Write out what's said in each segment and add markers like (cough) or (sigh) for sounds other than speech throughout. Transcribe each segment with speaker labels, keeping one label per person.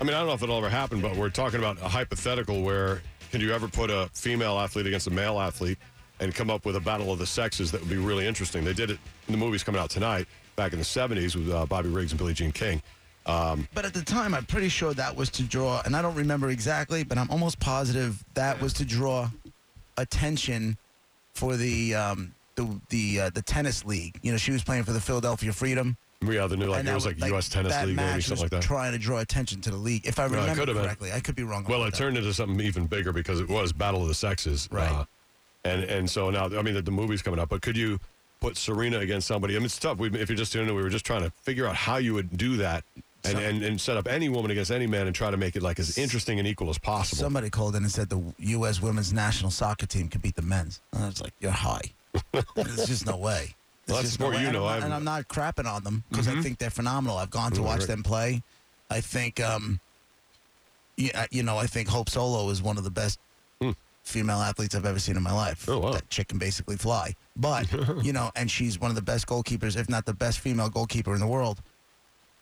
Speaker 1: I mean, I don't know if it'll ever happen, but we're talking about a hypothetical where can you ever put a female athlete against a male athlete and come up with a battle of the sexes that would be really interesting? They did it in the movies coming out tonight back in the 70s with uh, Bobby Riggs and Billie Jean King.
Speaker 2: But at the time, I'm pretty sure that was to draw, and I don't remember exactly, but I'm almost positive that was to draw attention for the um, the the uh, the tennis league. You know, she was playing for the Philadelphia Freedom.
Speaker 1: Yeah, the new, like,
Speaker 2: and
Speaker 1: it
Speaker 2: that
Speaker 1: was like, U.S. Tennis
Speaker 2: that
Speaker 1: League,
Speaker 2: match
Speaker 1: maybe something
Speaker 2: was
Speaker 1: like that.
Speaker 2: Trying to draw attention to the league, if I
Speaker 1: it
Speaker 2: remember
Speaker 1: could've been.
Speaker 2: correctly. I could be wrong.
Speaker 1: Well,
Speaker 2: about
Speaker 1: it
Speaker 2: that.
Speaker 1: turned into something even bigger because it was Battle of the Sexes, uh,
Speaker 2: Right.
Speaker 1: and and so now, I mean, the, the movie's coming up, but could you put Serena against somebody? I mean, it's tough. We, if you're just doing it, we were just trying to figure out how you would do that, and, and and set up any woman against any man and try to make it like as interesting and equal as possible.
Speaker 2: Somebody called in and said the U.S. women's national soccer team could beat the men's. And I was like, you're high.
Speaker 1: (laughs)
Speaker 2: There's just no way.
Speaker 1: Well, that's
Speaker 2: There's just no
Speaker 1: more
Speaker 2: way.
Speaker 1: you
Speaker 2: And I'm
Speaker 1: know.
Speaker 2: not-
Speaker 1: I've-
Speaker 2: and I'm not crapping on them because I think they're phenomenal. I've gone to
Speaker 1: Right,
Speaker 2: watch
Speaker 1: right.
Speaker 2: them play. I think, um, yeah, you know, I think Hope Solo is one of the best female athletes I've ever seen in my life.
Speaker 1: Hmm. Oh, wow.
Speaker 2: That chick can basically fly.
Speaker 1: (laughs)
Speaker 2: But, you know, and she's one of the best goalkeepers, if not the best female goalkeeper in the world.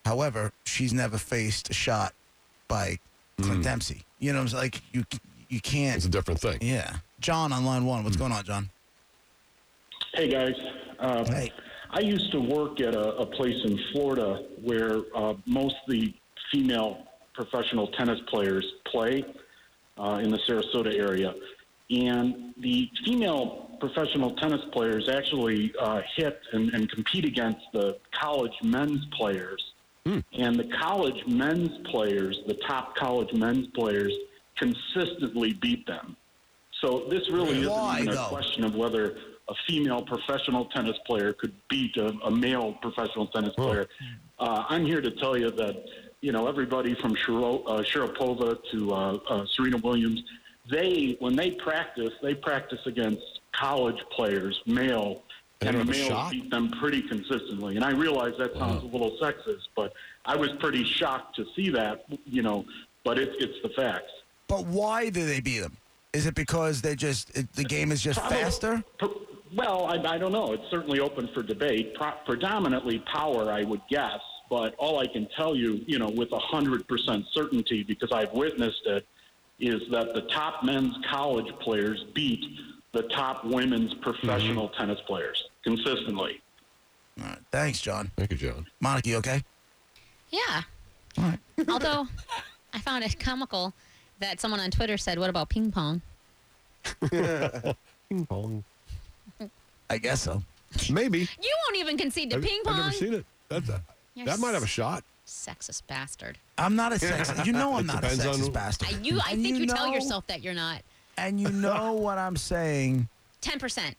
Speaker 2: However, she's never faced a shot by Clint Dempsey. You know, what I'm saying? like you you
Speaker 1: Hmm. it's
Speaker 2: can't.
Speaker 1: a Hmm. different thing.
Speaker 2: Yeah, John on line one. What's going on, John?
Speaker 3: Hey guys. Uh,
Speaker 2: Hey.
Speaker 3: I used to work at a, a place in Florida where uh, most of the female professional tennis players play uh, in the Sarasota area. And the female professional tennis players actually uh, hit and, and compete against the college men's players.
Speaker 2: Hmm.
Speaker 3: And the college men's players, the top college men's players, consistently beat them. So this really isn't
Speaker 2: Why,
Speaker 3: even a
Speaker 2: though?
Speaker 3: question of whether a female professional tennis player could beat a, a male professional tennis player. Uh, I'm here to tell you that you know everybody from Shiro, uh, Sharapova to uh, uh, Serena Williams, they when they practice, they practice against college players, male,
Speaker 1: They don't
Speaker 3: and the
Speaker 1: have a shot?
Speaker 3: males beat them pretty consistently. And I realize that sounds a little sexist, but I was pretty shocked to see that. You know, but it, it's the facts.
Speaker 2: But why do they beat them? Is it because they just it, the game is just
Speaker 3: Probably-
Speaker 2: faster?
Speaker 3: pr- Well, I, I don't know. It's certainly open for debate. Pro- predominantly power, I would guess. But all I can tell you, you know, with 100% certainty, because I've witnessed it, is that the top men's college players beat the top women's professional tennis players consistently.
Speaker 2: All right, thanks, John.
Speaker 1: Thank you, John.
Speaker 2: Monica, you okay?
Speaker 4: Yeah.
Speaker 2: All right.
Speaker 4: Although I found it comical that someone on Twitter said, "What about ping pong?"
Speaker 2: I guess so.
Speaker 1: Maybe
Speaker 4: You won't even concede to
Speaker 1: I've,
Speaker 4: ping
Speaker 1: I've
Speaker 4: pong.
Speaker 1: never seen it. That, that,
Speaker 4: You're
Speaker 1: that might have a
Speaker 4: s-
Speaker 1: shot.
Speaker 4: Sexist bastard.
Speaker 2: I'm
Speaker 1: (laughs)
Speaker 2: not a sexist. You know I'm not a
Speaker 1: depends on-
Speaker 2: sexist bastard.
Speaker 4: I, you,
Speaker 2: (laughs)
Speaker 4: I
Speaker 2: And
Speaker 4: think you, tell
Speaker 2: know-
Speaker 4: yourself that you're not.
Speaker 2: And you
Speaker 4: (laughs)
Speaker 2: know what I'm saying
Speaker 4: Ten percent.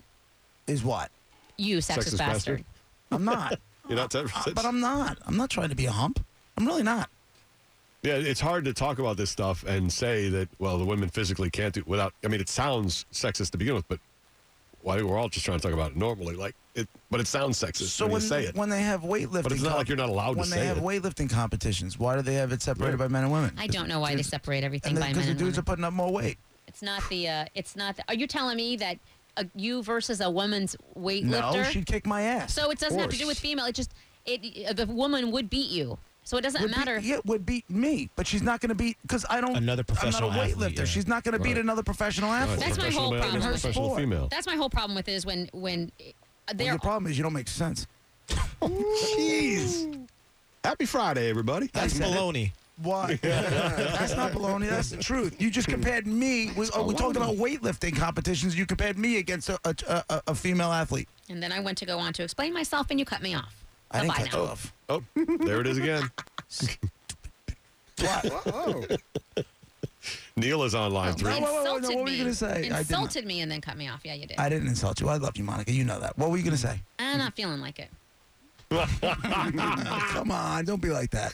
Speaker 2: is what?
Speaker 4: You sexist,
Speaker 1: Sexist bastard.
Speaker 4: bastard.
Speaker 2: I'm
Speaker 1: (laughs)
Speaker 2: not.
Speaker 1: You're not ten
Speaker 2: Uh, but I'm not. I'm not trying to be a hump. I'm really not.
Speaker 1: Yeah, it's hard to talk about this stuff and say that well the women physically can't do without. I mean, it sounds sexist to begin with, but why we're all just trying to talk about it normally, like it. But it sounds sexist
Speaker 2: So
Speaker 1: when,
Speaker 2: when
Speaker 1: you say it.
Speaker 2: when they have weightlifting,
Speaker 1: But it's not like you're not allowed to
Speaker 2: When they
Speaker 1: say
Speaker 2: have
Speaker 1: it.
Speaker 2: weightlifting competitions, why do they have it separated
Speaker 1: Right.
Speaker 2: by men and women?
Speaker 4: I don't know why they separate everything
Speaker 2: And
Speaker 4: by
Speaker 2: because
Speaker 4: men
Speaker 2: the
Speaker 4: and
Speaker 2: dudes
Speaker 4: women.
Speaker 2: are putting up more weight.
Speaker 4: It's not the. Uh, it's not. The, are you telling me that a, you versus a woman's weightlifter?
Speaker 2: No, she'd kick my ass.
Speaker 4: so it doesn't have to do
Speaker 1: course.
Speaker 4: with female. It just it uh, the woman would beat you. So it doesn't
Speaker 2: would
Speaker 4: matter.
Speaker 2: Beat, yeah, would beat me, but she's not going to beat because I don't.
Speaker 5: Another professional
Speaker 2: I'm not a weightlifter.
Speaker 5: athlete, yeah.
Speaker 2: She's not going to beat
Speaker 1: Right.
Speaker 2: another professional athlete.
Speaker 4: That's my
Speaker 1: Professional
Speaker 4: whole
Speaker 1: male
Speaker 4: problem
Speaker 1: against
Speaker 4: with it.
Speaker 1: Professional
Speaker 2: Sport.
Speaker 1: female.
Speaker 4: That's my whole problem with it is when when uh,
Speaker 2: Well,
Speaker 4: they're
Speaker 2: your problem is you don't make sense.
Speaker 5: Jeez.
Speaker 1: Happy Friday, everybody.
Speaker 5: That's baloney.
Speaker 1: (laughs)
Speaker 2: Why? that's not baloney. That's the truth. You just compared me. We, oh, we talked about weightlifting competitions. You compared me against a, a, a, a female athlete.
Speaker 4: and then I went to go on to explain myself and you cut me off.
Speaker 2: I didn't
Speaker 4: Goodbye
Speaker 2: cut
Speaker 4: now.
Speaker 2: you off.
Speaker 1: Oh, there it is (laughs) again.
Speaker 2: What?
Speaker 1: Neil is on line
Speaker 4: You
Speaker 1: three.
Speaker 2: Whoa, whoa, whoa, no,
Speaker 4: Oh, insulted
Speaker 2: what were
Speaker 4: me.
Speaker 2: you gonna say? I did not.
Speaker 4: Insulted me and then cut me off. Yeah, you did.
Speaker 2: I didn't insult you. I love you, Monica. You know that. What were you going to say?
Speaker 4: I'm not feeling like it.
Speaker 2: Come on, don't be like that.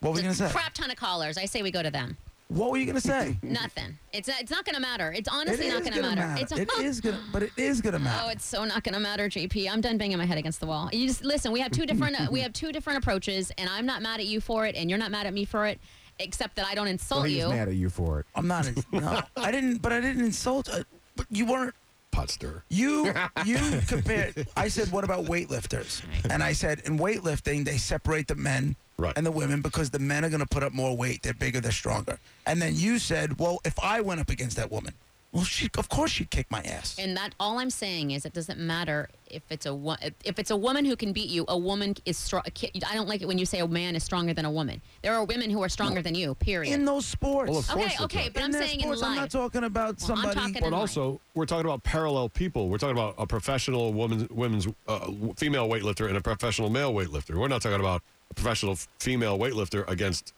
Speaker 2: What were you going to say?
Speaker 4: Ah. Crap ton of callers. I say we go to them.
Speaker 2: What were you going to say?
Speaker 4: Nothing. It's it's not going to matter. It's
Speaker 2: It
Speaker 4: honestly
Speaker 2: is
Speaker 4: not
Speaker 2: going
Speaker 4: going
Speaker 2: to
Speaker 4: to matter.
Speaker 2: matter.
Speaker 4: It's
Speaker 2: It
Speaker 4: (laughs)
Speaker 2: is going to, but it is going to
Speaker 4: Oh,
Speaker 2: matter.
Speaker 4: it's so not going to matter, JP. I'm done banging my head against the wall. You just listen. We have two different uh, we have two different approaches, and I'm not mad at you for it, and you're not mad at me for it, except that I don't insult
Speaker 6: Well, he's
Speaker 4: you.
Speaker 6: mad at you for it.
Speaker 2: I'm not. ins-
Speaker 4: (laughs)
Speaker 2: No, I didn't. But I didn't insult. Uh, but you weren't.
Speaker 1: Pot stir.
Speaker 2: You you
Speaker 4: (laughs)
Speaker 2: compared. I said, what about weightlifters? And I said, in weightlifting, they separate the men
Speaker 1: Right.
Speaker 2: and the women because the men are going to put up more weight. They're bigger, they're stronger. And then you said, well, if I went up against that woman, well, she of course she'd kick my ass.
Speaker 4: And that all I'm saying is it doesn't matter if it's a wo- if it's a woman who can beat you. A woman is strong. I don't like it when you say a man is stronger than a woman. There are women who are stronger than you. Period.
Speaker 2: in those sports.
Speaker 1: Well, of course.
Speaker 4: okay,
Speaker 1: they're
Speaker 4: okay,
Speaker 1: not.
Speaker 4: but
Speaker 2: in
Speaker 4: I'm
Speaker 2: their
Speaker 4: saying in
Speaker 2: sports,
Speaker 4: life.
Speaker 2: I'm not talking about
Speaker 4: Well, I'm
Speaker 2: somebody.
Speaker 4: talking
Speaker 1: But also, we're talking about parallel people. We're talking about a professional woman, women's uh, w- female weightlifter and a professional male weightlifter. We're not talking about a professional f- female weightlifter against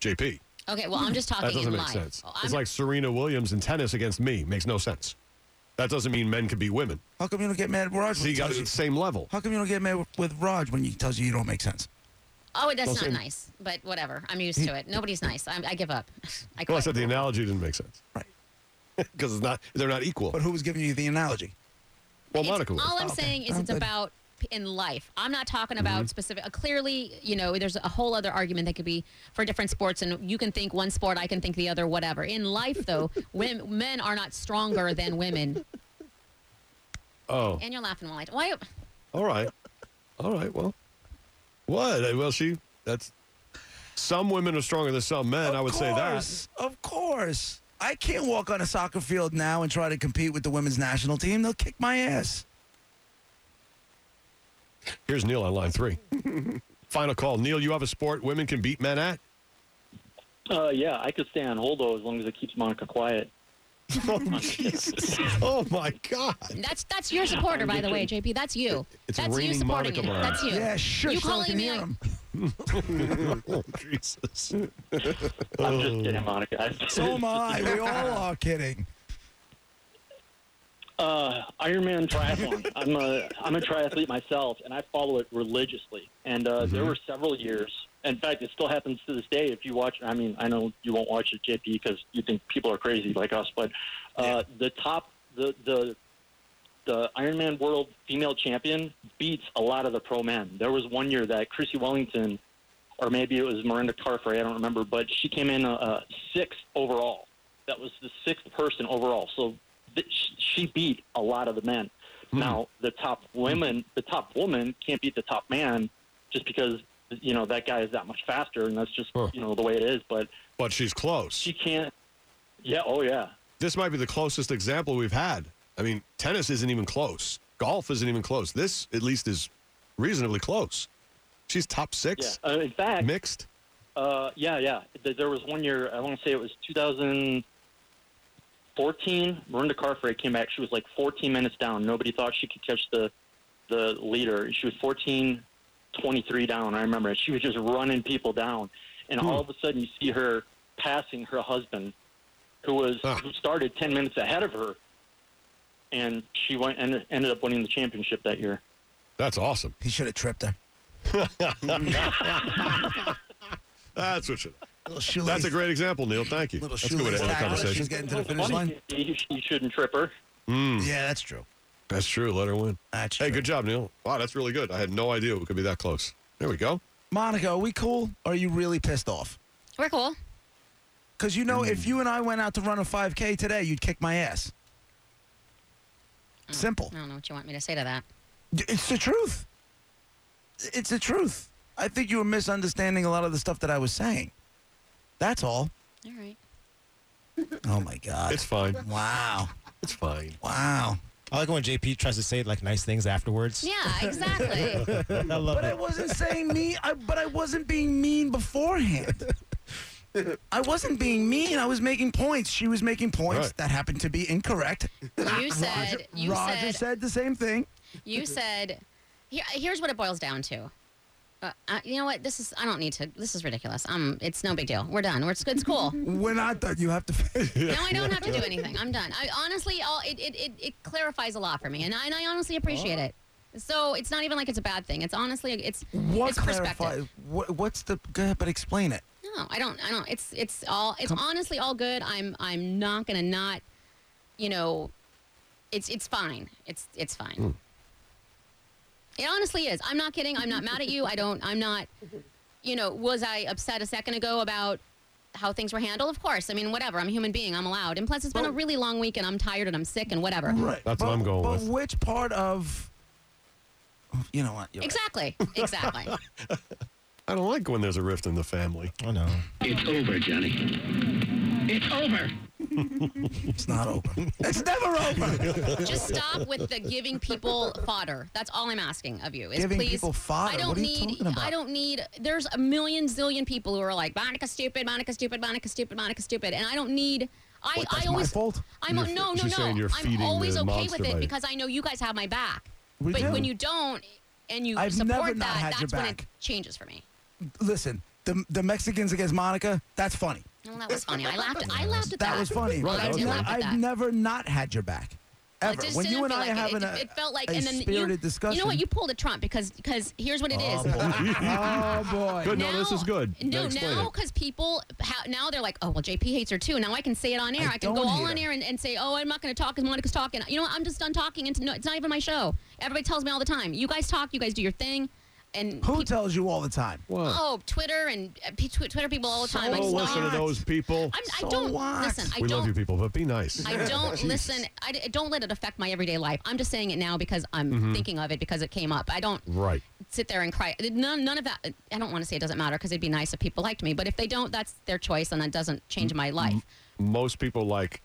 Speaker 1: JP.
Speaker 4: okay, well I'm just talking
Speaker 1: That doesn't
Speaker 4: in
Speaker 1: make
Speaker 4: life.
Speaker 1: sense.
Speaker 4: Well,
Speaker 1: It's
Speaker 4: I'm-
Speaker 1: like Serena Williams in tennis against me. Makes no sense. That doesn't mean men can beat women.
Speaker 2: how come you don't get mad with Raj?
Speaker 1: See,
Speaker 2: When he
Speaker 1: you got it
Speaker 2: tells you,
Speaker 1: at the same level.
Speaker 2: how come you don't get mad with, with Raj when he tells you you don't make sense?
Speaker 4: oh, that's
Speaker 1: Well,
Speaker 4: not
Speaker 1: same-
Speaker 4: nice. But whatever, I'm used to it. Nobody's nice. I'm, I give up. (laughs) I
Speaker 1: Well, I
Speaker 4: quit.
Speaker 1: said the analogy didn't make sense (laughs)
Speaker 2: Right.
Speaker 1: because it's not. They're not equal.
Speaker 2: But who was giving you the analogy?
Speaker 1: well,
Speaker 4: It's-
Speaker 1: Monica was.
Speaker 4: All I'm
Speaker 2: Okay.
Speaker 4: saying is
Speaker 2: I'm
Speaker 4: it's
Speaker 2: good.
Speaker 4: about p- in life. I'm not talking about
Speaker 1: Mm-hmm.
Speaker 4: specific. Uh, clearly, you know, there's a whole other argument that could be for different sports, and you can think one sport, I can think the other, whatever. In life,
Speaker 1: (laughs)
Speaker 4: though, women, men are not stronger than women.
Speaker 1: Oh,
Speaker 4: And you're laughing while I why.
Speaker 1: all right, all right. Well, what? Uh, Well, she. That's. Some women are stronger than some men. I would say that.
Speaker 2: that. Of course. I can't walk on a soccer field now and try to compete with the women's national team. They'll kick my ass.
Speaker 1: Here's Neil on line
Speaker 4: (laughs)
Speaker 1: three. Final call, Neil. You have a sport women can beat men
Speaker 4: (laughs)
Speaker 1: at.
Speaker 5: Uh, yeah, I could stay on Holdo as long as it keeps Monica quiet.
Speaker 1: Oh Jesus! (laughs) Oh my God!
Speaker 4: That's that's your supporter, by the way, JP. That's you.
Speaker 1: It's
Speaker 4: that's you
Speaker 1: raining
Speaker 4: supporting
Speaker 1: Monica
Speaker 4: it.
Speaker 1: Brown.
Speaker 4: That's you.
Speaker 2: Yeah, sure.
Speaker 4: You
Speaker 2: so I
Speaker 4: calling
Speaker 2: can
Speaker 4: me
Speaker 2: hear
Speaker 4: like- (laughs)
Speaker 2: 'em.
Speaker 1: Oh, Jesus!
Speaker 5: I'm just kidding, Monica.
Speaker 2: So am I. We all are kidding.
Speaker 5: Uh, Ironman triathlon. I'm a I'm a triathlete myself, and I follow it religiously. And uh, there were several years. In fact, it still happens to this day. If you watch, I mean, I know you won't watch it, JP, because you think people are crazy like us. But uh, the top, the the the Ironman World female champion beats a lot of the pro men. There was one year that Chrissy Wellington, or maybe it was Miranda Carfrey, I don't remember, but she came in uh, uh, sixth overall. That was the sixth person overall. So th- sh- she beat a lot of the men. Now the top women, the top woman can't beat the top man just because you know that guy is that much faster, and that's just
Speaker 1: Huh.
Speaker 5: you know the way it is. But
Speaker 1: But she's close.
Speaker 5: she can't. Yeah. Oh yeah.
Speaker 1: This might be the closest example we've had. I mean, tennis isn't even close. Golf isn't even close. This, at least, is reasonably close. She's top
Speaker 5: Yeah.
Speaker 1: six,
Speaker 5: Uh, in fact,
Speaker 1: mixed.
Speaker 5: Uh, yeah, yeah. Th- There was one year. I want to say it was 2014. Miranda Carfrey came back. She was like 14 minutes down. Nobody thought she could catch the the leader. She was 14, 23 down. I remember it. She was just running people down, and all of a sudden you see her passing her husband, who was
Speaker 1: Ah.
Speaker 5: who started 10 minutes ahead of her, and she went and ended up winning the championship that year.
Speaker 1: That's awesome.
Speaker 2: He should have tripped her.
Speaker 1: That's what. Should,
Speaker 2: Little shoelace.
Speaker 1: that's a great example, Neil. Thank you.
Speaker 2: little
Speaker 1: That's a good way to
Speaker 2: shoelace
Speaker 1: end the
Speaker 2: tackle. as
Speaker 1: conversation.
Speaker 2: She's getting to the finish
Speaker 5: Funny,
Speaker 2: line.
Speaker 5: You, you shouldn't trip her.
Speaker 2: Yeah, that's true.
Speaker 1: That's true. Let her win.
Speaker 2: That's
Speaker 1: Hmm. Hey,
Speaker 2: true.
Speaker 1: good job, Neil. Wow, that's really good. I had no idea it could be that close. There we go.
Speaker 2: Monica, are we cool? Or are you really pissed off?
Speaker 4: We're cool.
Speaker 2: Because you know,
Speaker 1: Mm.
Speaker 2: if you and I went out to run a 5K today, you'd kick my ass.
Speaker 1: Mm.
Speaker 2: Simple.
Speaker 4: I don't know what you want me to say to that.
Speaker 2: It's the truth. It's the truth. I think you were misunderstanding a lot of the stuff that I was saying. That's all.
Speaker 4: All right.
Speaker 2: Oh my God.
Speaker 1: It's fine.
Speaker 2: wow.
Speaker 1: It's fine.
Speaker 2: Wow.
Speaker 6: I like when JP tries to say like nice things afterwards.
Speaker 4: Yeah, exactly.
Speaker 6: (laughs) I love
Speaker 2: But I
Speaker 6: it.
Speaker 2: wasn't saying mean. I, but I wasn't being mean beforehand. I wasn't being mean. I was making points. She was making points
Speaker 1: Right.
Speaker 2: that happened to be incorrect. (laughs)
Speaker 4: you said. You
Speaker 2: Roger
Speaker 4: said.
Speaker 2: said the same thing.
Speaker 4: You said, here, here's what it boils down to. Uh, uh, you know what? This is I don't need to. This is ridiculous. Um, it's no big deal. We're done. We're it's, it's cool.
Speaker 2: We're not done. You have to. (laughs)
Speaker 4: No, I don't have to do anything. I'm done. I honestly, all it it, it, it clarifies a lot for me, and I, and I honestly appreciate it. So it's not even like it's a bad thing. It's honestly it's
Speaker 2: what
Speaker 4: it's perspective.
Speaker 2: clarify? What, what's the? Go ahead, but explain it.
Speaker 4: No, I don't. I don't. It's it's all. It's honestly all good. I'm I'm not gonna not. You know, it's it's fine. It's it's fine. It honestly is. I'm not kidding. I'm not mad at you. I don't. I'm not. You know, was I upset a second ago about how things were handled? Of course. I mean, whatever. I'm a human being. I'm allowed. And plus, it's been a really long week, and I'm tired, and I'm sick, and whatever.
Speaker 2: Right.
Speaker 1: That's what I'm going
Speaker 2: but
Speaker 1: with.
Speaker 2: But which part of? You know what? you're right.
Speaker 4: Exactly. Exactly.
Speaker 1: I don't like when there's a rift in the family.
Speaker 6: Oh no.
Speaker 7: It's over, Johnny. It's over.
Speaker 2: It's not over. (laughs) it's never
Speaker 4: (laughs)
Speaker 2: over.
Speaker 4: Just stop with the giving people fodder. That's all I'm asking of you. Is
Speaker 2: Giving
Speaker 4: please,
Speaker 2: people fodder?
Speaker 4: I don't
Speaker 2: What are you
Speaker 4: need.
Speaker 2: talking about?
Speaker 4: I don't need. There's a million zillion people who are like Monica stupid, Monica stupid, Monica stupid, Monica stupid, and I don't need. I,
Speaker 2: What, that's
Speaker 4: I
Speaker 2: my
Speaker 4: always
Speaker 2: fault?
Speaker 4: I'm
Speaker 1: You're-
Speaker 4: no no
Speaker 1: she's saying
Speaker 4: no.
Speaker 1: you're feeding
Speaker 4: I'm always
Speaker 1: the
Speaker 4: okay
Speaker 1: monster
Speaker 4: with it
Speaker 1: by-
Speaker 4: because I know you guys have my back.
Speaker 2: We
Speaker 4: but
Speaker 2: do.
Speaker 4: when you don't and you
Speaker 2: I've
Speaker 4: support
Speaker 2: never
Speaker 4: that,
Speaker 2: not had your
Speaker 4: that's when
Speaker 2: back.
Speaker 4: it changes for me.
Speaker 2: Listen, the the Mexicans against Monica. That's funny.
Speaker 4: Well, that was funny. I laughed. I laughed at that.
Speaker 2: That was funny.
Speaker 1: Right,
Speaker 4: I
Speaker 1: that
Speaker 4: did
Speaker 1: was funny.
Speaker 2: I've, ne-
Speaker 4: laugh at that.
Speaker 2: I've never not had your back.
Speaker 4: Well,
Speaker 2: Ever.
Speaker 4: it just
Speaker 2: when
Speaker 4: didn't
Speaker 2: you and I
Speaker 4: feel like
Speaker 2: are
Speaker 4: it.
Speaker 2: having
Speaker 4: It-
Speaker 2: a,
Speaker 4: it felt like
Speaker 2: a
Speaker 4: and then
Speaker 2: spirited
Speaker 4: you,
Speaker 2: discussion.
Speaker 4: You know what? You pulled a Trump because because here's what it is. (laughs)
Speaker 2: oh boy.
Speaker 1: Good. No, this
Speaker 4: Now-
Speaker 1: is good. Now
Speaker 4: No,
Speaker 1: explain
Speaker 4: now
Speaker 1: it.
Speaker 4: because people ha- now they're like, oh well, JP hates her too. Now I can say it on air.
Speaker 2: I
Speaker 4: I, can go
Speaker 2: don't
Speaker 4: all
Speaker 2: hate
Speaker 4: on
Speaker 2: her.
Speaker 4: air and, and say, oh, I'm not going to talk because Monica's talking. You know, what? I'm just done talking. It's no, it's not even my show. Everybody tells me all the time. You guys talk. You guys do your thing. And
Speaker 2: Who
Speaker 4: peop-
Speaker 2: tells you all the time?
Speaker 4: oh, Twitter and uh, p- tw- Twitter people all the time. I
Speaker 1: Don't
Speaker 4: just
Speaker 1: listen to
Speaker 4: don't.
Speaker 1: those people.
Speaker 4: I'm, I
Speaker 2: So
Speaker 4: don't
Speaker 2: what?
Speaker 4: listen. I
Speaker 1: we
Speaker 4: don't.
Speaker 1: love you people, but be nice.
Speaker 4: I
Speaker 1: (laughs)
Speaker 4: don't listen. I d- I don't let it affect my everyday life. I'm just saying it now because I'm thinking of it because it came up. I don't
Speaker 1: Right.
Speaker 4: sit there and cry. None, none of that. I don't want to say it doesn't matter because it'd be nice if people liked me, but if they don't, that's their choice, and that doesn't change my life.
Speaker 1: Most people like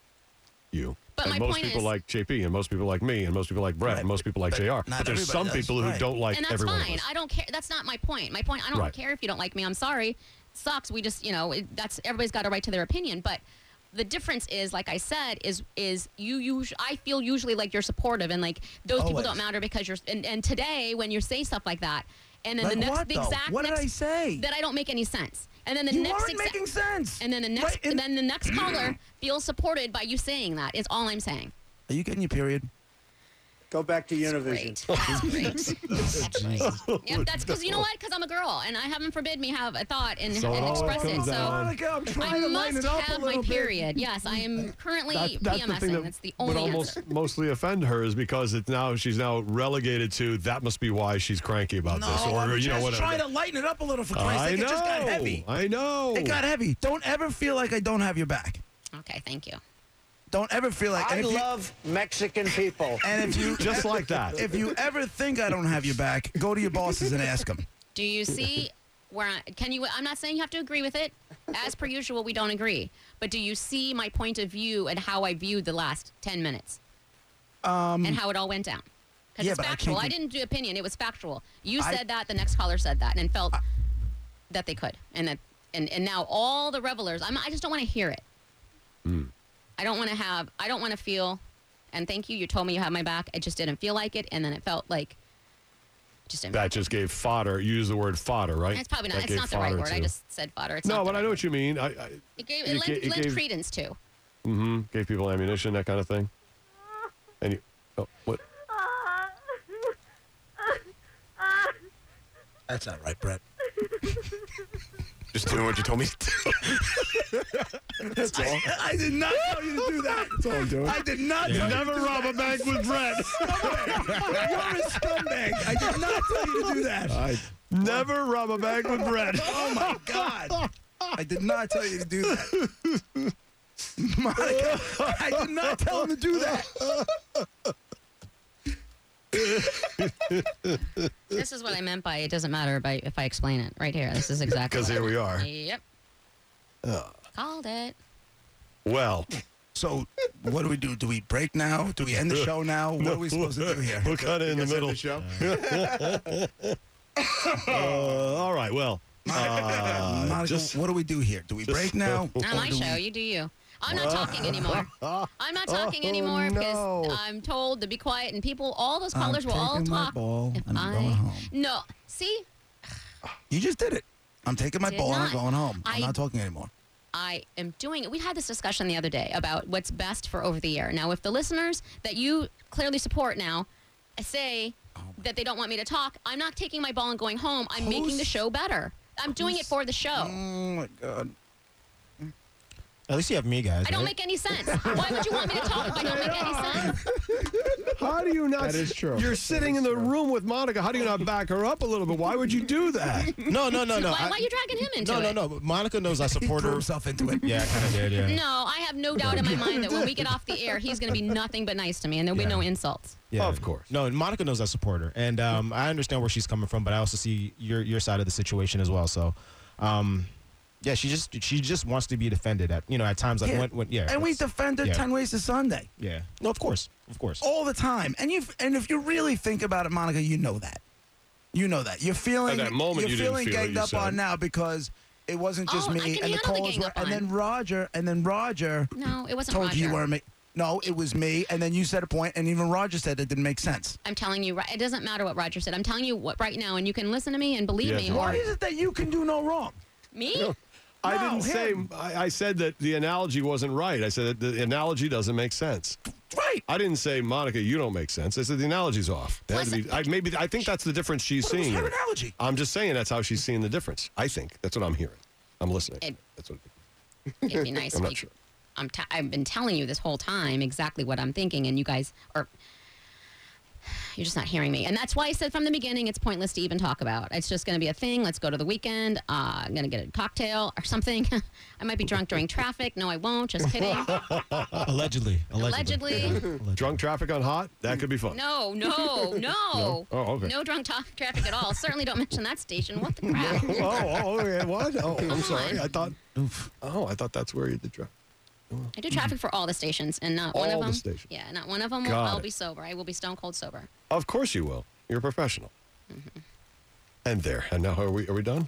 Speaker 1: you.
Speaker 4: But
Speaker 1: and
Speaker 4: my
Speaker 1: most
Speaker 4: point
Speaker 1: people
Speaker 4: is-
Speaker 1: like JP, and most people like me, and most people like Brett, and most people like JR. But
Speaker 2: not
Speaker 1: there's some
Speaker 2: everybody does,
Speaker 1: people who
Speaker 2: right.
Speaker 1: don't like
Speaker 4: and that's
Speaker 1: everyone.
Speaker 4: fine. I don't care. That's not my point. My point. I don't
Speaker 1: Right.
Speaker 4: care if you don't like me. I'm sorry. Sucks. We just, you know, it, that's everybody's got a right to their opinion, but. The difference is, like I said, is is you usually I feel usually like you're supportive and like those people
Speaker 2: Always.
Speaker 4: don't matter because you're and, and today when you say stuff like that and then
Speaker 2: Like
Speaker 4: the next
Speaker 2: what,
Speaker 4: the
Speaker 2: though?
Speaker 4: exact
Speaker 2: What did
Speaker 4: next-
Speaker 2: I say?
Speaker 4: that I don't make any sense and then the
Speaker 2: You
Speaker 4: next
Speaker 2: aren't
Speaker 4: exact-
Speaker 2: making sense.
Speaker 4: And then the next,
Speaker 2: Right, and-
Speaker 4: then the next caller feels supported by you saying that. Is all I'm saying.
Speaker 2: Are you getting your period?
Speaker 8: Go back to Univision.
Speaker 4: Great. That's great. (laughs) That's great.
Speaker 1: Oh,
Speaker 4: Yep, that's because you know what? Because I'm a girl, and I haven't forbid me have a thought and,
Speaker 1: So it
Speaker 4: and
Speaker 1: all
Speaker 4: express it.
Speaker 1: comes
Speaker 4: So
Speaker 1: down.
Speaker 2: Monica, I'm trying
Speaker 4: I
Speaker 2: to lighten
Speaker 4: must
Speaker 2: it up a
Speaker 4: have my
Speaker 2: little bit.
Speaker 4: period. Yes, I am currently
Speaker 1: that's the
Speaker 4: PMSing.
Speaker 1: thing that
Speaker 4: that's the
Speaker 1: would
Speaker 4: only
Speaker 1: almost (laughs)
Speaker 4: answer.
Speaker 1: mostly offend her is because it's now she's now relegated to that must be why she's cranky
Speaker 2: Oh,
Speaker 1: about this or
Speaker 2: I'm
Speaker 1: you know
Speaker 2: just
Speaker 1: whatever.
Speaker 2: trying to lighten it up a little for Christ's
Speaker 1: I
Speaker 2: sake.
Speaker 1: know.
Speaker 2: It just got heavy.
Speaker 1: I know.
Speaker 2: It got heavy. Don't ever feel like I don't have your back.
Speaker 4: Okay, thank you.
Speaker 2: Don't ever feel like. and
Speaker 8: I
Speaker 2: if you-
Speaker 8: love Mexican people.
Speaker 2: And if (laughs) you
Speaker 1: (laughs) Just like that.
Speaker 2: if you ever think I don't have your back, go to your bosses and ask them.
Speaker 4: Do you see where I, can you? I'm not saying you have to agree with it. As per usual, we don't agree. But do you see my point of view and how I viewed the last 10 minutes? Um, and how it all went down? Because
Speaker 2: yeah,
Speaker 4: it's
Speaker 2: but I can't
Speaker 4: factual. I,
Speaker 2: con-
Speaker 4: didn't do opinion. It was factual. You
Speaker 2: I-
Speaker 4: said that. The next caller said that, and felt that they could, and that, and, and now all the revelers. I'm, I just don't want to hear it. I don't want to have. I don't want to feel. And thank you. You told me you had my back. It just didn't feel like it, and then it felt like. Just didn't feel
Speaker 1: that just gave fodder. You use the word fodder, right?
Speaker 4: it's probably
Speaker 1: That
Speaker 4: not. It's
Speaker 1: gave
Speaker 4: not the right
Speaker 1: fodder
Speaker 4: word. I
Speaker 1: to-
Speaker 4: just said fodder. It's
Speaker 1: no,
Speaker 4: not the
Speaker 1: but I
Speaker 4: right
Speaker 1: know
Speaker 4: word.
Speaker 1: what you mean. I, I
Speaker 4: It gave,
Speaker 1: You
Speaker 4: it lent,
Speaker 1: ga- it
Speaker 4: lent
Speaker 1: gave- Uh,
Speaker 4: credence to.
Speaker 1: gave people ammunition, that kind of thing. And you, oh, what?
Speaker 2: That's not right, Brett.
Speaker 9: Just doing what you told me to do.
Speaker 2: I, (laughs) I did not tell you to do that. That's
Speaker 1: Oh,
Speaker 2: all I'm doing. I did not. Tell
Speaker 1: Never rob a bank
Speaker 9: (laughs)
Speaker 1: with bread.
Speaker 2: you. You're a scumbag. I did not tell you to do that.
Speaker 1: Never rob a bank with bread.
Speaker 2: oh my god. I did not tell you to do that. Monica, I did not tell him to do that.
Speaker 4: This is what I meant by it doesn't matter by if I explain it right here.
Speaker 1: (laughs)
Speaker 4: This is exactly.
Speaker 1: 'Cause
Speaker 4: what I
Speaker 1: here we
Speaker 4: meant.
Speaker 1: are.
Speaker 4: Yep. Called it.
Speaker 1: (laughs) Well,
Speaker 2: So, what do we do? Do we break now? Do we end the show now? What
Speaker 1: (laughs)
Speaker 2: are we supposed to do here?
Speaker 9: (laughs)
Speaker 1: we're kind of in the middle.
Speaker 9: the show.
Speaker 1: Uh, all right, well,
Speaker 2: Monica,
Speaker 1: just-
Speaker 2: what do we do here? Do we
Speaker 1: (laughs)
Speaker 2: break now?
Speaker 4: Not
Speaker 2: Or
Speaker 4: my
Speaker 2: do we-
Speaker 4: show. You do you. I'm not
Speaker 2: (laughs)
Speaker 4: talking anymore. I'm not
Speaker 2: Oh,
Speaker 4: talking anymore
Speaker 1: no.
Speaker 4: because I'm told to be quiet, and people, all those
Speaker 2: I'm
Speaker 4: callers will all
Speaker 2: taking my
Speaker 4: talk.
Speaker 2: ball
Speaker 4: if
Speaker 2: and I'm
Speaker 4: I
Speaker 2: going home.
Speaker 4: no, see,
Speaker 2: You just did it. I'm taking my
Speaker 4: Did
Speaker 2: ball and I'm
Speaker 4: not.
Speaker 2: going home. I'm
Speaker 4: I-
Speaker 2: not talking anymore.
Speaker 4: I am doing it. We had this discussion the other day about what's best for over the air. Now, if the listeners that you clearly support now say
Speaker 2: Oh
Speaker 4: that they don't want me to talk, I'm not taking my ball and going home. I'm making
Speaker 2: Who's-
Speaker 1: Oh
Speaker 2: Mm.
Speaker 4: the show better. I'm doing it for the show.
Speaker 2: Oh my god.
Speaker 6: At least you have me, guys.
Speaker 4: I don't
Speaker 6: right?
Speaker 4: make any sense. Why would you want me to talk if I don't
Speaker 2: (laughs)
Speaker 4: make any sense?
Speaker 10: How do you not?
Speaker 9: That is true.
Speaker 10: You're
Speaker 9: That
Speaker 10: sitting in the room with Monica. How do you not back her up a little bit? Why would you do
Speaker 9: (laughs)
Speaker 10: that?
Speaker 6: No,
Speaker 4: (laughs)
Speaker 6: no, no, no.
Speaker 4: Why,
Speaker 6: I-
Speaker 4: why are you dragging him into
Speaker 6: no,
Speaker 4: it?
Speaker 6: no, no. Monica knows I
Speaker 2: He
Speaker 6: support
Speaker 2: threw
Speaker 6: her.
Speaker 4: (laughs)
Speaker 2: himself into it.
Speaker 6: Yeah, I kind of did. Yeah.
Speaker 4: No, I have no doubt in my mind that when we get off the air, he's
Speaker 2: (laughs)
Speaker 4: going to be nothing but nice to me, and there'll be
Speaker 6: Yeah.
Speaker 4: no insults.
Speaker 6: Yeah.
Speaker 1: Of course.
Speaker 6: No, and Monica knows I support her, and um, I understand where she's coming from, but I also see your your side of the situation as well. So, um, yeah, she just she just wants to be defended at you know at times like
Speaker 2: Yeah.
Speaker 6: when, when yeah.
Speaker 2: and we
Speaker 6: that's-
Speaker 2: defend her
Speaker 6: yeah.
Speaker 2: ten ways to Sunday
Speaker 6: yeah. No, of course, of course.
Speaker 2: all the time. And you and if you really think about it, Monica, you know that. You know that. You're feeling
Speaker 1: At that moment,
Speaker 2: you're
Speaker 1: you didn't
Speaker 2: feeling
Speaker 1: feel it,
Speaker 2: ganged
Speaker 1: you
Speaker 2: up
Speaker 1: said.
Speaker 2: on now because it wasn't just
Speaker 4: Oh, I
Speaker 2: me
Speaker 4: can
Speaker 2: and the
Speaker 4: handle the
Speaker 2: calls
Speaker 4: gang
Speaker 2: were
Speaker 4: up
Speaker 2: and
Speaker 4: on.
Speaker 2: then Roger and then Roger
Speaker 4: No, it wasn't
Speaker 2: told
Speaker 4: Roger.
Speaker 2: you you weren't ma- No, it was me and then you said a point and even Roger said it didn't make sense.
Speaker 4: I'm telling you, right- it doesn't matter what Roger said. I'm telling you what right now, and you can listen to me and believe
Speaker 1: Yeah,
Speaker 4: me.
Speaker 1: it's
Speaker 4: Or
Speaker 2: Why is it that you can do no wrong?
Speaker 4: me?
Speaker 1: I
Speaker 2: No,
Speaker 1: didn't
Speaker 2: him.
Speaker 1: say. I, I said that the analogy wasn't right. I said that the analogy doesn't make sense.
Speaker 2: Right.
Speaker 1: I didn't say Monica, you don't make sense. I said the analogy's off. That had to be, I, maybe I think that's the difference she's
Speaker 2: But it was
Speaker 1: seeing.
Speaker 2: her
Speaker 1: here.
Speaker 2: analogy.
Speaker 1: I'm just saying that's how she's seeing the difference. I think that's what I'm hearing. I'm listening.
Speaker 4: It-
Speaker 1: that's what. (laughs)
Speaker 4: It'd be nice.
Speaker 1: I'm
Speaker 4: if
Speaker 1: not
Speaker 4: you-
Speaker 1: sure.
Speaker 4: I'm t- I've been telling you this whole time exactly what I'm thinking, and you guys are. You're just not hearing me. And that's why I said from the beginning it's pointless to even talk about. It's just going to be a thing. Let's go to the weekend. Uh, I'm going to get a cocktail or something. (laughs) I might be drunk during traffic. No, I won't. Just
Speaker 1: (laughs)
Speaker 4: kidding.
Speaker 6: Allegedly.
Speaker 4: Allegedly.
Speaker 1: Drunk traffic on hot. That could be fun.
Speaker 4: No, no, no.
Speaker 1: No? Oh, okay.
Speaker 4: No drunk to- traffic at all. Certainly don't mention that station.
Speaker 1: (laughs)
Speaker 4: What the crap?
Speaker 10: Oh, oh, okay.
Speaker 2: (laughs)
Speaker 10: What? Oh, I'm
Speaker 4: on.
Speaker 10: sorry. I thought.
Speaker 1: Oh, I thought that's where you did drunk.
Speaker 4: I do traffic for all the stations, and not one of
Speaker 1: All
Speaker 4: them.
Speaker 1: the stations.
Speaker 4: Yeah, not one of them. Will,
Speaker 1: Got
Speaker 4: I'll
Speaker 1: it.
Speaker 4: be sober. I will be stone cold sober.
Speaker 1: Of course you will. You're a professional.
Speaker 4: Mm-hmm.
Speaker 1: And there. And now are we? Are we done?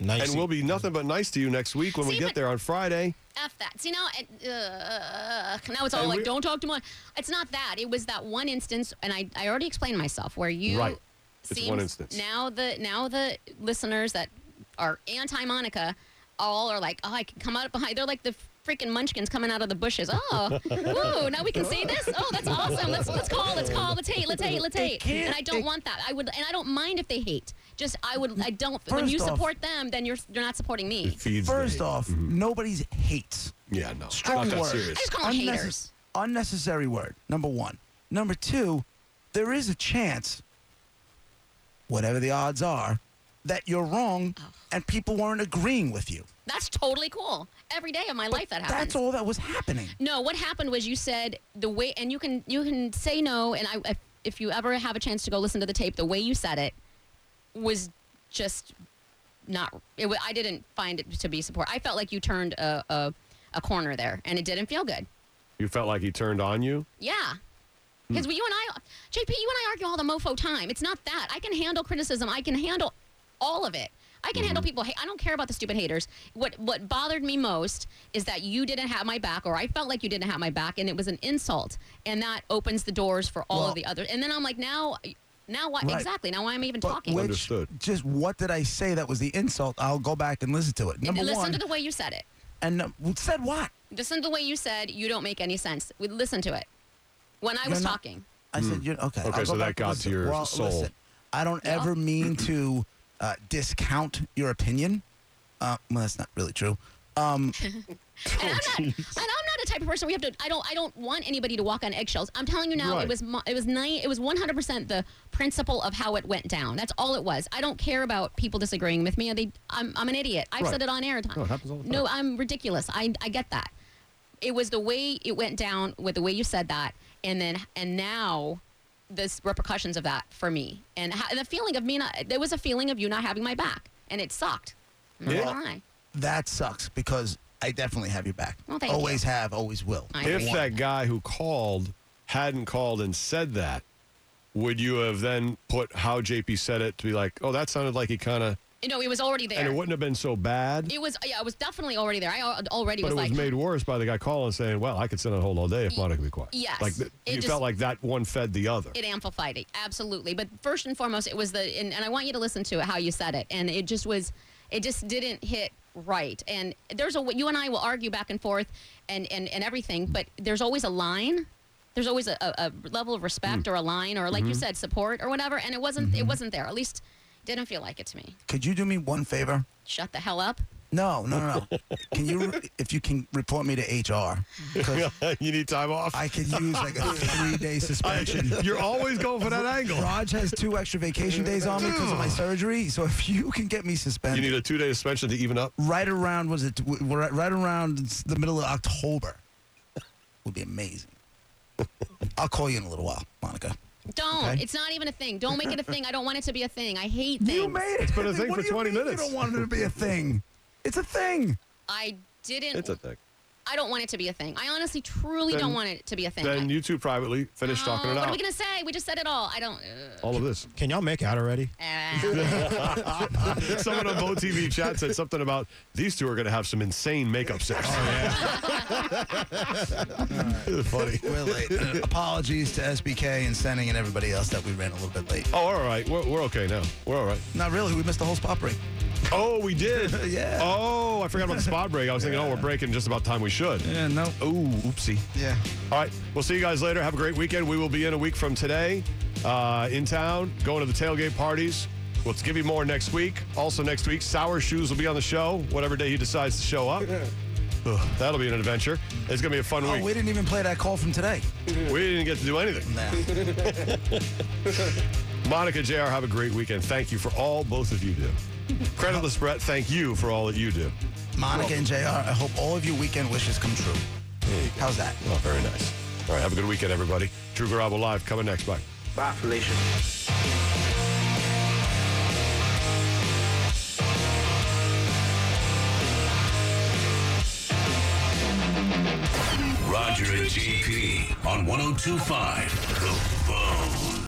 Speaker 6: Nice.
Speaker 1: And we'll be nothing but nice to you next week when we
Speaker 4: See,
Speaker 1: get
Speaker 4: but-
Speaker 1: there on Friday.
Speaker 4: F that. See now, it, uh, now it's all
Speaker 1: And
Speaker 4: like,
Speaker 1: we-
Speaker 4: don't talk to my. It's not that. It was that one instance, and I, I already explained myself where you.
Speaker 1: Right. It's
Speaker 4: seems-
Speaker 1: one instance.
Speaker 4: Now the now the listeners that are anti Monica all are like, oh, I can come out behind. They're like the freaking munchkins coming out of the bushes. Oh,
Speaker 1: (laughs)
Speaker 4: woo! Now we can say this. Oh, that's awesome. Let's let's call. Let's call. Let's hate. Let's hate. Let's hate. And I don't want that. I would, and I don't mind if they hate. Just I would. I don't. when
Speaker 2: First
Speaker 4: you
Speaker 2: off-
Speaker 4: support them, then you're you're not supporting me.
Speaker 1: Feeds the-
Speaker 2: First off,
Speaker 10: Mm-hmm.
Speaker 2: nobody's hates.
Speaker 1: yeah, no,
Speaker 2: Strong
Speaker 1: not that
Speaker 2: word.
Speaker 1: serious.
Speaker 4: I just call them
Speaker 2: Unnecess-
Speaker 4: haters.
Speaker 2: Unnecessary word, number one. Number two, there is a chance, whatever the odds are, that you're wrong
Speaker 4: Oh.
Speaker 2: and people weren't agreeing with you.
Speaker 4: That's totally cool. Every day of my life that happens.
Speaker 2: That's all that was happening.
Speaker 4: No, what happened was you said the way, and you can you can say no, and I if, if you ever have a chance to go listen to the tape, the way you said it was just not. It wa I didn't find it to be support. I felt like you turned a, a a corner there, and it didn't feel good.
Speaker 1: You felt like he turned on you.
Speaker 4: Yeah.
Speaker 2: Hmm.
Speaker 4: Because you and I, JP, you and I argue all the mofo time. It's not that. I can handle criticism. I can handle all of it. I can
Speaker 2: Hmm.
Speaker 4: handle people. Hey, I don't care about the stupid haters. What what bothered me most is that you didn't have my back, or I felt like you didn't have my back, and it was an insult, and that opens the doors for all
Speaker 2: Well-
Speaker 4: of the other. And then I'm like, now, now why
Speaker 2: Right.
Speaker 4: exactly? Now why am I even talking?
Speaker 2: Which,
Speaker 1: Understood.
Speaker 2: Just what did I say that was the insult? I'll go back and listen to it. Number
Speaker 4: Listen
Speaker 2: one,
Speaker 4: to the way you said it.
Speaker 2: and uh, said what?
Speaker 4: Listen to the way you said you don't make any sense. We listen to it when I
Speaker 2: You're
Speaker 4: was
Speaker 2: not-
Speaker 4: talking.
Speaker 2: I said, you okay.
Speaker 1: Hmm. Okay,
Speaker 2: I'll go
Speaker 1: so that
Speaker 2: back and
Speaker 1: got to
Speaker 2: listen.
Speaker 1: your
Speaker 2: well,
Speaker 1: soul.
Speaker 2: Listen, I don't
Speaker 4: Yeah.
Speaker 2: ever mean to uh, discount your opinion. Uh, well, that's not really true. Um,
Speaker 4: and I'm not, and I'm not a type of person we have to. I don't. I don't want anybody to walk on eggshells. I'm telling you now,
Speaker 1: Right.
Speaker 4: it was mo- it was nine. It was 100 percent the principle of how it went down. That's all it was. I don't care about people disagreeing with me. They, I'm, I'm an idiot. I've
Speaker 1: Right.
Speaker 4: said it on air.
Speaker 1: No, it happens all the time.
Speaker 4: No, I'm ridiculous. I I get that. It was the way it went down with the way you said that, and then and now. This repercussions of that for me, and, ha- and the feeling of me not there was a feeling of you not having my back, and it sucked. I'm not
Speaker 1: Yeah.
Speaker 4: gonna lie.
Speaker 2: that sucks because I definitely have your back.
Speaker 4: Well, thank
Speaker 2: always have, always will.
Speaker 4: I
Speaker 1: If
Speaker 4: agree.
Speaker 1: that guy who called hadn't called and said that, would you have then put how JP said it to be like, oh, that sounded like he kind of,
Speaker 4: you know, it was already there.
Speaker 1: and it wouldn't have been so bad,
Speaker 4: It was yeah, I was definitely already there. I al- already
Speaker 1: but
Speaker 4: was,
Speaker 1: it was
Speaker 4: like
Speaker 1: made worse by the guy calling saying, well, I could sit on hold all day if Monica could be quiet.
Speaker 4: yes.
Speaker 1: Like th-
Speaker 4: It
Speaker 1: you
Speaker 4: just-
Speaker 1: felt like that one fed the other.
Speaker 4: (gasps) it amplified it absolutely. But first and foremost, it was the and, and I want you to listen to it how you said it, and it just was, it just didn't hit right. And there's a you and I will argue back and forth, and and and everything, but there's always a line. There's always a, a, a level of respect
Speaker 1: Hmm.
Speaker 4: or a line or like you
Speaker 1: Mm-hmm.
Speaker 4: said support or whatever, and it wasn't it wasn't there. At least didn't feel like it to me.
Speaker 2: Could you do me one favor?
Speaker 4: Shut the hell up.
Speaker 2: No, no, no,
Speaker 1: (laughs)
Speaker 2: no. Can you, re- if you can, report me to HR? 'Cause
Speaker 1: (laughs) you need time off.
Speaker 2: I (laughs) could use like
Speaker 1: (laughs)
Speaker 2: a three-day suspension.
Speaker 10: You're always going
Speaker 2: (laughs)
Speaker 10: for that angle.
Speaker 2: Raj has two extra vacation days on me because of my surgery. So if you can get me
Speaker 1: You
Speaker 2: suspended
Speaker 1: need a two day suspension to even up.
Speaker 2: right around was it? w- Right right around the middle of October would be amazing. I'll call you in a little while, Monica.
Speaker 4: Don't.
Speaker 2: Okay.
Speaker 4: It's not even a thing. Don't
Speaker 1: (laughs)
Speaker 4: make it a thing. I don't want it to be a thing. I hate things.
Speaker 2: It's
Speaker 10: been a thing for 20 minutes.
Speaker 2: You don't want it to be a thing. It's a thing.
Speaker 4: I didn't.
Speaker 1: It's a thing.
Speaker 4: I don't want it to be a thing. I honestly, truly
Speaker 1: Then-
Speaker 4: don't want it to be a thing.
Speaker 1: Then
Speaker 4: I,
Speaker 1: you two privately finish
Speaker 4: Oh,
Speaker 1: talking it
Speaker 4: what are
Speaker 1: out.
Speaker 4: we gonna say? We just said it all. I don't.
Speaker 1: (laughs)
Speaker 4: Uh,
Speaker 1: All of this.
Speaker 6: Can y'all make out already?
Speaker 4: ah.
Speaker 1: (laughs) Someone on Bo TV chat said something about these two are going to have some insane makeup sex.
Speaker 2: Oh,
Speaker 1: (laughs) funny.
Speaker 2: We're late. Uh, Apologies to SBK and Senning and everybody else that we ran a little bit late.
Speaker 1: Oh, all right. We're, we're okay now. We're all right.
Speaker 2: Not really. We missed the whole spot break.
Speaker 1: Oh, we did.
Speaker 2: (laughs) Yeah.
Speaker 1: Oh, I forgot about the spot break. I was thinking, oh, we're breaking just about time we should.
Speaker 2: Yeah, no.
Speaker 1: Oh, oopsie.
Speaker 2: Yeah.
Speaker 1: All right. We'll see you guys later. Have a great weekend. We will be in a week from today uh, in town, going to the tailgate parties. We'll give you more next week. Also, next week, Sour Shoes will be on the show, whatever day he decides to show up. Ugh, that'll be an adventure. It's going to be a fun
Speaker 2: Oh,
Speaker 1: week.
Speaker 2: we didn't even play that call from today.
Speaker 1: We didn't get to do anything.
Speaker 2: Nah.
Speaker 1: Monica JR, have a great weekend. Thank you for all both of you do. Creditless Brett, thank you for all that you do.
Speaker 2: Monica and JR, I hope all of your weekend wishes come true. How's that?
Speaker 1: Oh, very nice. All right, have a good weekend, everybody. Drew Garabo Live coming next. Bye.
Speaker 7: Bye, Felicia.
Speaker 11: Roger and JP on 1025 The Bone.